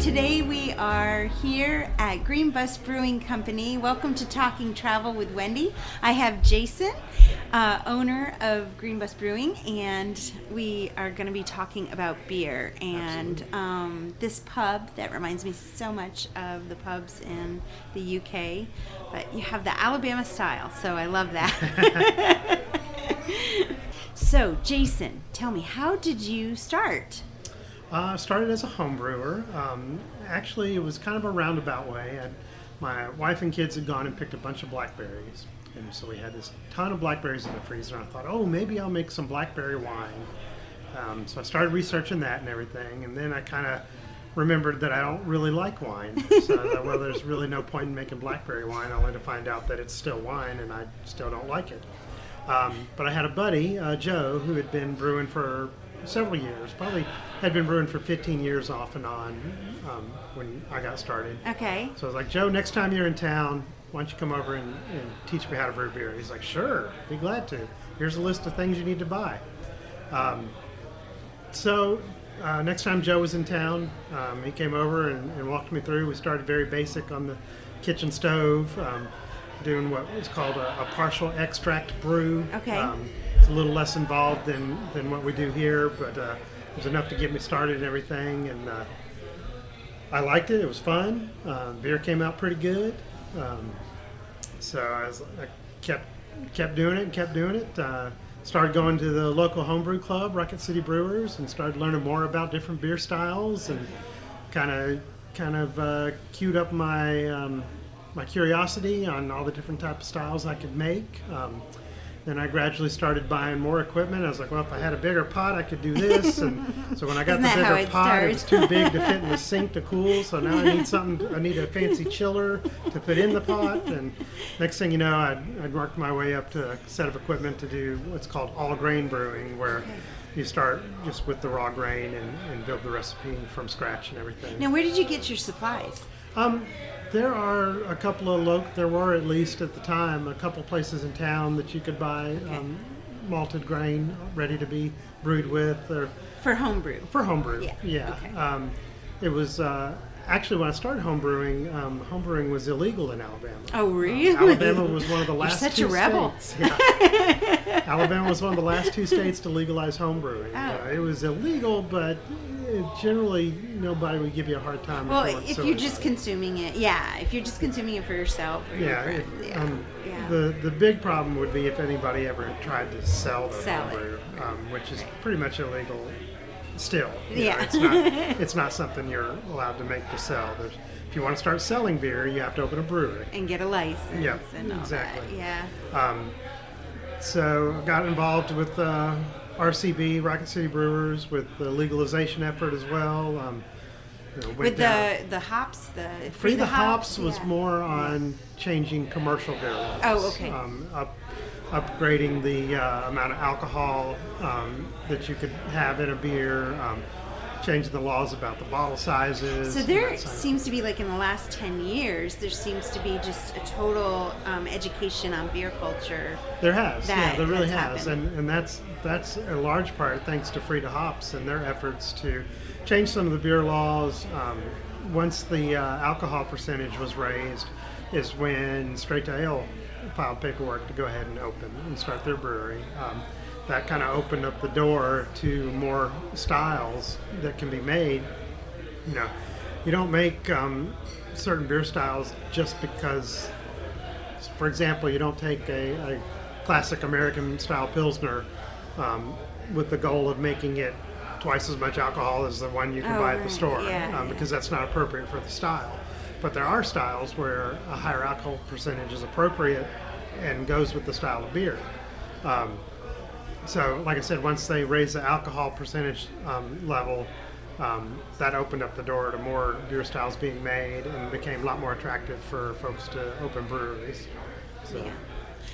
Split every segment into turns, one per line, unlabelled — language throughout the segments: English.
today we are here at Green Bus Brewing Company. Welcome to Talking Travel with Wendy. I have Jason, uh, owner of Green Bus Brewing, and we are going to be talking about beer and um, this pub that reminds me so much of the pubs in the UK. But you have the Alabama style, so I love that. so, Jason, tell me, how did you start?
Uh, started as a home brewer. Um, actually, it was kind of a roundabout way. I, my wife and kids had gone and picked a bunch of blackberries, and so we had this ton of blackberries in the freezer. And I thought, oh, maybe I'll make some blackberry wine. Um, so I started researching that and everything, and then I kind of remembered that I don't really like wine. So I thought, well, there's really no point in making blackberry wine, only to find out that it's still wine and I still don't like it. Um, but I had a buddy, uh, Joe, who had been brewing for several years, probably had been brewing for 15 years off and on um, when I got started.
Okay.
So I was like, Joe, next time you're in town, why don't you come over and, and teach me how to brew beer? He's like, sure, be glad to. Here's a list of things you need to buy. Um, so uh, next time Joe was in town, um, he came over and, and walked me through. We started very basic on the kitchen stove, um, doing what is called a, a partial extract brew.
Okay.
Um, it's a little less involved than, than what we do here, but uh, it was enough to get me started and everything. And uh, I liked it. It was fun. Uh, beer came out pretty good. Um, so I, was, I kept kept doing it and kept doing it. Uh, started going to the local homebrew club, Rocket City Brewers, and started learning more about different beer styles and kind of kind of uh, queued up my um, my curiosity on all the different type of styles I could make. Um, then I gradually started buying more equipment. I was like, well, if I had a bigger pot, I could do this. And so when I got
Isn't
the
that how
bigger
it
pot, it was
starts?
too too big to fit in the sink to cool, so now I need something. I need a fancy chiller to put in the pot, and next thing you know, I'd, I'd worked my way up to a set of equipment to do what's called all grain brewing, where you start just with the raw grain and, and build the recipe from scratch and everything.
Now, where did you get your supplies?
Um, there are a couple of lo- there were at least at the time a couple places in town that you could buy um, malted grain ready to be brewed with, or
For homebrew.
for homebrew.
Yeah, okay.
Um, it was uh, actually when I started homebrewing. Um, homebrewing was illegal in Alabama.
Oh, really?
Um, Alabama was one of the
You're
last.
such
two
a rebel.
states- yeah. Alabama was one of the last two states to legalize homebrewing.
Oh.
Uh, it was illegal, but uh, generally nobody would give you a hard time.
Well,
for it,
if
so
you're
it's-
just consuming it, yeah. If you're just consuming it for yourself or your
yeah,
friends,
it-
yeah,
um,
yeah.
The the big problem would be if anybody ever tried to sell their
Sell it,
homebrew, um, which is pretty much illegal still. you know,
Yeah.
it's not it's not something you're allowed to make to sell. There's, if you want to start selling beer, you have to open a brewery.
and get a license
Yeah,
and all that.
exactly.
Yeah.
Um, so I got involved with uh, RCB, Rocket City Brewers, with the legalization effort as well. Um, you know, went
With
down-
the the hops, the
Free the Hops was
yeah.
more on changing commercial beer laws.
Oh, okay.
Um, up, upgrading the uh, amount of alcohol um, that you could have in a beer, um, changing the laws about the bottle sizes.
So
and
there
that sort of-
seems to be like in the last ten years, there seems to be just a total um, education on beer culture.
There has,
that
yeah, there really
has
has,
happened.
and and that's that's a large part thanks to Frida Hops and their efforts to change some of the beer laws. Um, once the uh, alcohol percentage was raised, is when Straight to Ale filed paperwork to go ahead and open and start their brewery. Um, that kind of opened up the door to more styles that can be made. You know, you don't make um, certain beer styles just because for example, you don't take a, a classic American style Pilsner um, with the goal of making it twice as much alcohol as the one you can
Oh,
buy at
right.
the store
Yeah,
um,
yeah.
because that's not appropriate for the style. But there are styles where a higher alcohol percentage is appropriate and goes with the style of beer. Um, so, like I said, once they raised the alcohol percentage um, level, um, that opened up the door to more beer styles being made and became a lot more attractive for folks to open breweries. So,
Yeah.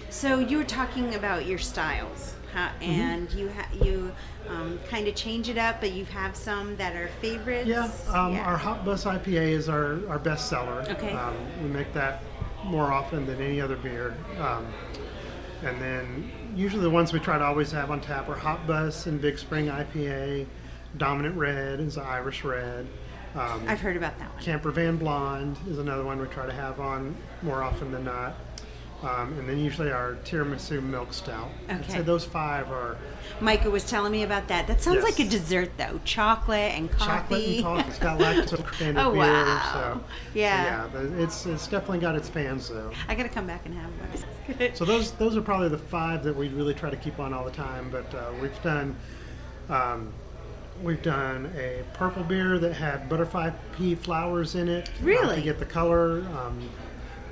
So you were talking about your styles, huh?
Mm-hmm.
and you ha- you um, kind of change it up, but you have some that are favorites.
yeah, um,
Yeah.
our Hot Bus IPA is our, our best seller.
Okay.
Um, we make that more often than any other beer. Um, and then usually the ones we try to always have on tap are Hot Bus and Big Spring IPA. Dominant Red is an Irish Red. Um,
I've heard about that one.
Camper Van Blonde is another one we try to have on more often than not. Um, and then usually our tiramisu milk stout. I'd
Okay.
say those five are
Micah was telling me about that. That sounds
Yes.
like a dessert though. Chocolate and coffee.
chocolate and coffee. It's got lactose in the
Oh,
beer.
wow.
So
Yeah.
yeah, but it's it's definitely got its fans though.
I gotta come back and have one.
So those those are probably the five that we really try to keep on all the time. But uh, we've done um, we've done a purple beer that had butterfly pea flowers in it. uh,
Really?
to get the color. Um,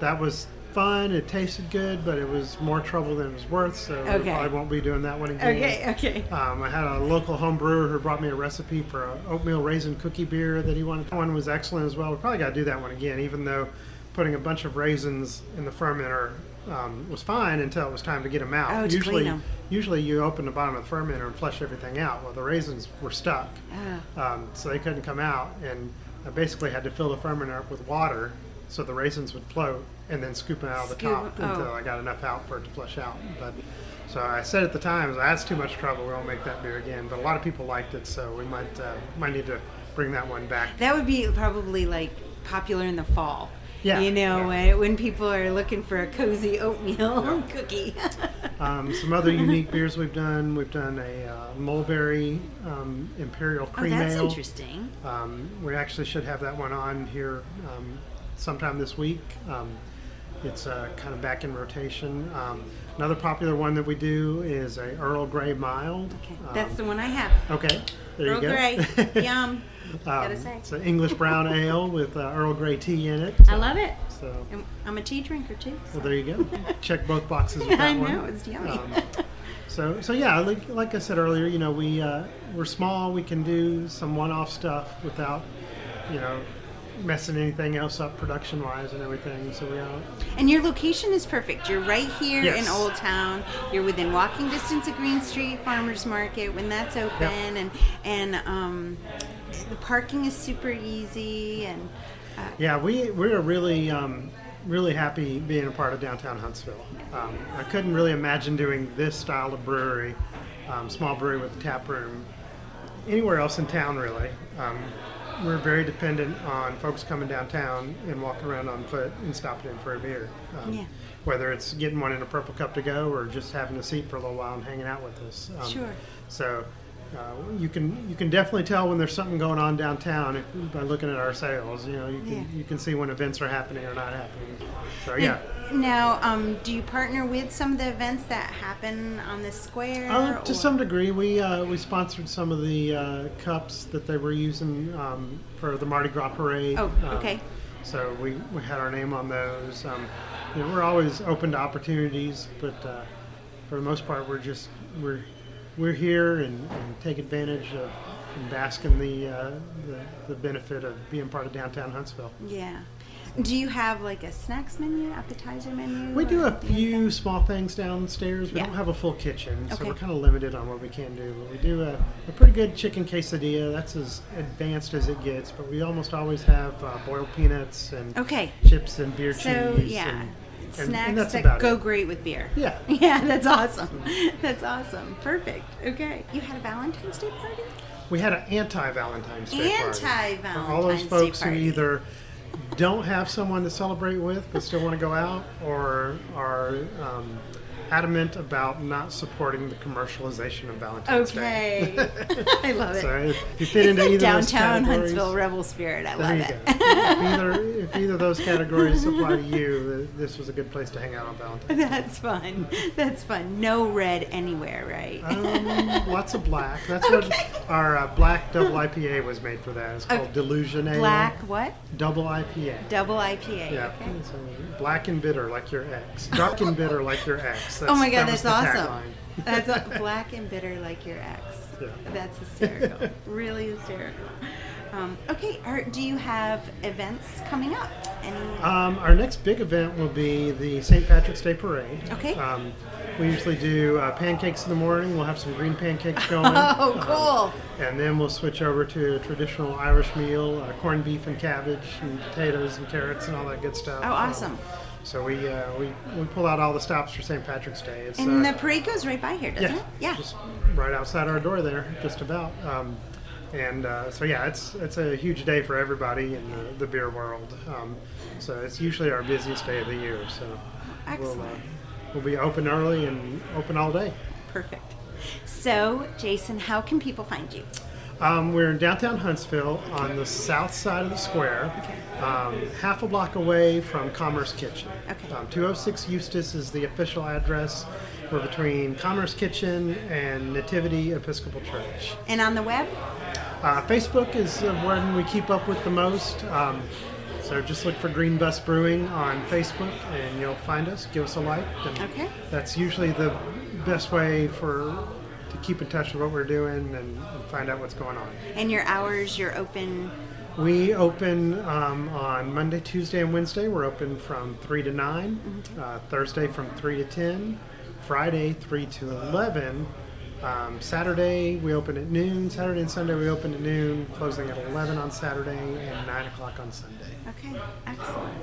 that was fun. It tasted good, but it was more trouble than it was worth. So we
Okay.
probably won't be doing that one again.
okay, okay.
Um, I had a local home brewer who brought me a recipe for a oatmeal raisin cookie beer that he wanted. That one was excellent as well. We probably got to do that one again, even though putting a bunch of raisins in the fermenter um, was fine until it was time to get them out.
Oh, to
usually,
clean 'em.
usually you open the bottom of the fermenter and flush everything out. Well, the raisins were stuck,
Ah.
um, so they couldn't come out, and I basically had to fill the fermenter up with water so the raisins would float, and then scoop them out of the
Scoop 'em-
top until
oh.
I got enough out for it to flush out. But so I said at the time, that's too much trouble. We won't make that beer again. But a lot of people liked it, so we might uh, might need to bring that one back.
That would be probably like popular in the fall.
Yeah,
You know,
yeah.
when, when people are looking for a cozy oatmeal cookie. Oh,
Um, some other unique beers we've done. We've done a uh, mulberry um, imperial
oh,
cream
that's
ale.
interesting.
Um, we actually should have that one on here um, sometime this week. Um, it's uh, kind of back in rotation. Um, another popular one that we do is a Earl Grey mild.
Okay.
Um,
that's the one I have.
okay. There
Earl
you go.
Grey. Yum. Gotta
Um,
say.
It's an English brown ale with uh, Earl Grey tea in it.
I love it.
So,
And I'm a tea drinker too.
well, there you go. Check both boxes with that
I
one.
know, it's yummy.
Um, so, so yeah, like, like I said earlier, you know, we uh, we're small. We can do some one-off stuff without, you know, messing anything else up production-wise and everything. So we are
And your location is perfect. You're right here
Yes.
in Old Town. You're within walking distance of Green Street Farmers Market when that's open, and and um, the parking is super easy. And uh,
Yeah, we we are really um, really happy being a part of downtown Huntsville. Um, I couldn't really imagine doing this style of brewery, um, small brewery with a tap room, anywhere else in town. Really, um, we're very dependent on folks coming downtown and walking around on foot and stopping in for a beer. Um,
Yeah.
Whether it's getting one in a purple cup to go or just having a seat for a little while and hanging out with us. Um,
Sure.
so uh, you can you can definitely tell when there's something going on downtown if, by looking at our sales. You know, you can
Yeah.
you can see when events are happening or not happening. So yeah.
Now, um, do you partner with some of the events that happen on the square?
Um,
or-
to some degree, we uh, we sponsored some of the uh, cups that they were using um, for the Mardi Gras parade.
Oh,
Um,
okay.
so we, we had our name on those. Um, you know, we're always open to opportunities, but uh, for the most part, we're just we're we're here and, and take advantage of and bask in the, uh, the the benefit of being part of downtown Huntsville.
Yeah. Do you have like a snacks menu, appetizer menu?
We
or
do a
anything like
few small things downstairs. We
Yeah.
don't have a full kitchen, so
Okay.
we're kind of limited on what we can do. But we do a, a pretty good chicken quesadilla. That's as advanced as it gets. But we almost always have uh, boiled peanuts and
that? Okay.
chips and beer
Oh. So
cheese.
yeah,
and, and- and
snacks
that's
that
about
go
it.
great with beer.
Yeah.
Yeah, that's awesome. That's awesome. Perfect. Okay. You had a Valentine's Day party?
We had an anti-Valentine's Day party.
Anti-Valentine's
For all those
Day
folks
party.
who either don't have someone to celebrate with but still want to go out, or are um, adamant about not supporting the commercialization of Valentine's Day.
Okay. I love it.
So if you fit
It's
into
that
either
downtown
of those categories,
Huntsville rebel spirit. I
there
love
you
it.
go. if, either, if either of those categories apply to you, th- this was a good place to hang out on Valentine's.
That's fun. That's fun. No red anywhere, right?
Um, lots of black. That's
Okay.
what our uh, black double IPA was made for. That it's called
Okay.
Delusion Ale.
Black what?
double IPA.
Double IPA.
yeah,
Okay.
so black and bitter like your ex. Dark and bitter like your ex. That's,
Oh my god,
that was
that's
the
awesome.
tagline.
That's a, black and bitter like your ex.
Yeah.
That's hysterical. really hysterical. Um, okay, are, do you have events coming up? Any?
Um, our next big event will be the St. Patrick's Day Parade.
Okay.
Um, we usually do uh, pancakes in the morning. We'll have some green pancakes going.
oh,
Um,
cool.
and then we'll switch over to a traditional Irish meal: uh, corned beef and cabbage, and potatoes and carrots and all that good stuff.
Oh, awesome.
Um, so we, uh, we we pull out all the stops for St. Patrick's Day. It's,
and
uh,
the parade goes right by here, doesn't
yeah,
it? Yeah.
just right outside our door there, just about. Um, And uh, so yeah, it's it's a huge day for everybody in the, the beer world. Um, so it's usually our busiest day of the year. So we'll, uh,
Excellent.
we'll be open early and open all day.
Perfect. So, Jason, how can people find you?
Um, we're in downtown Huntsville on the south side of the square, um, half a block away from Commerce Kitchen.
Okay.
Um, 206 Eustis is the official address. We're between Commerce Kitchen and Nativity Episcopal Church.
And on the web?
Uh, Facebook is the one we keep up with the most. Um, so just look for Green Bus Brewing on Facebook and you'll find us. Give us a like. And
Okay.
That's usually the best way for to keep in touch with what we're doing and, and find out what's going on.
And your hours, you're open.
We open um, on Monday, Tuesday, and Wednesday. We're open from 3 to 9, uh, Thursday from 3 to 10, Friday 3 to 11. Um, Saturday we open at noon. Saturday and Sunday we open at noon, closing at 11 on Saturday and 9 o'clock on Sunday.
Okay. Excellent.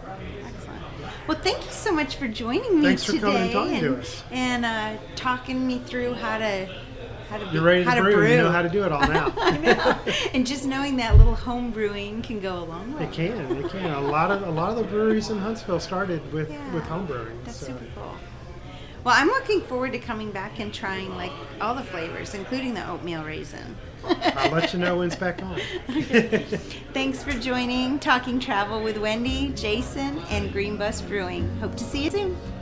Excellent. Well, thank you so much for joining me
Thanks for
today
coming and talking to
and,
us.
and, uh, talking me through how to how to be,
You're ready
how
to brew. You know how to do it all
I
now.
know. and just knowing that little home brewing can go a long way.
it can. It can. A lot of a lot of the breweries in Huntsville started with
Yeah.
with home brewing.
That's
so.
super cool. Well, I'm looking forward to coming back and trying like all the flavors, including the oatmeal raisin.
I'll let you know when it's back on.
Thanks for joining Talking Travel with Wendy, Jason, and Green Bus Brewing. Hope to see you soon.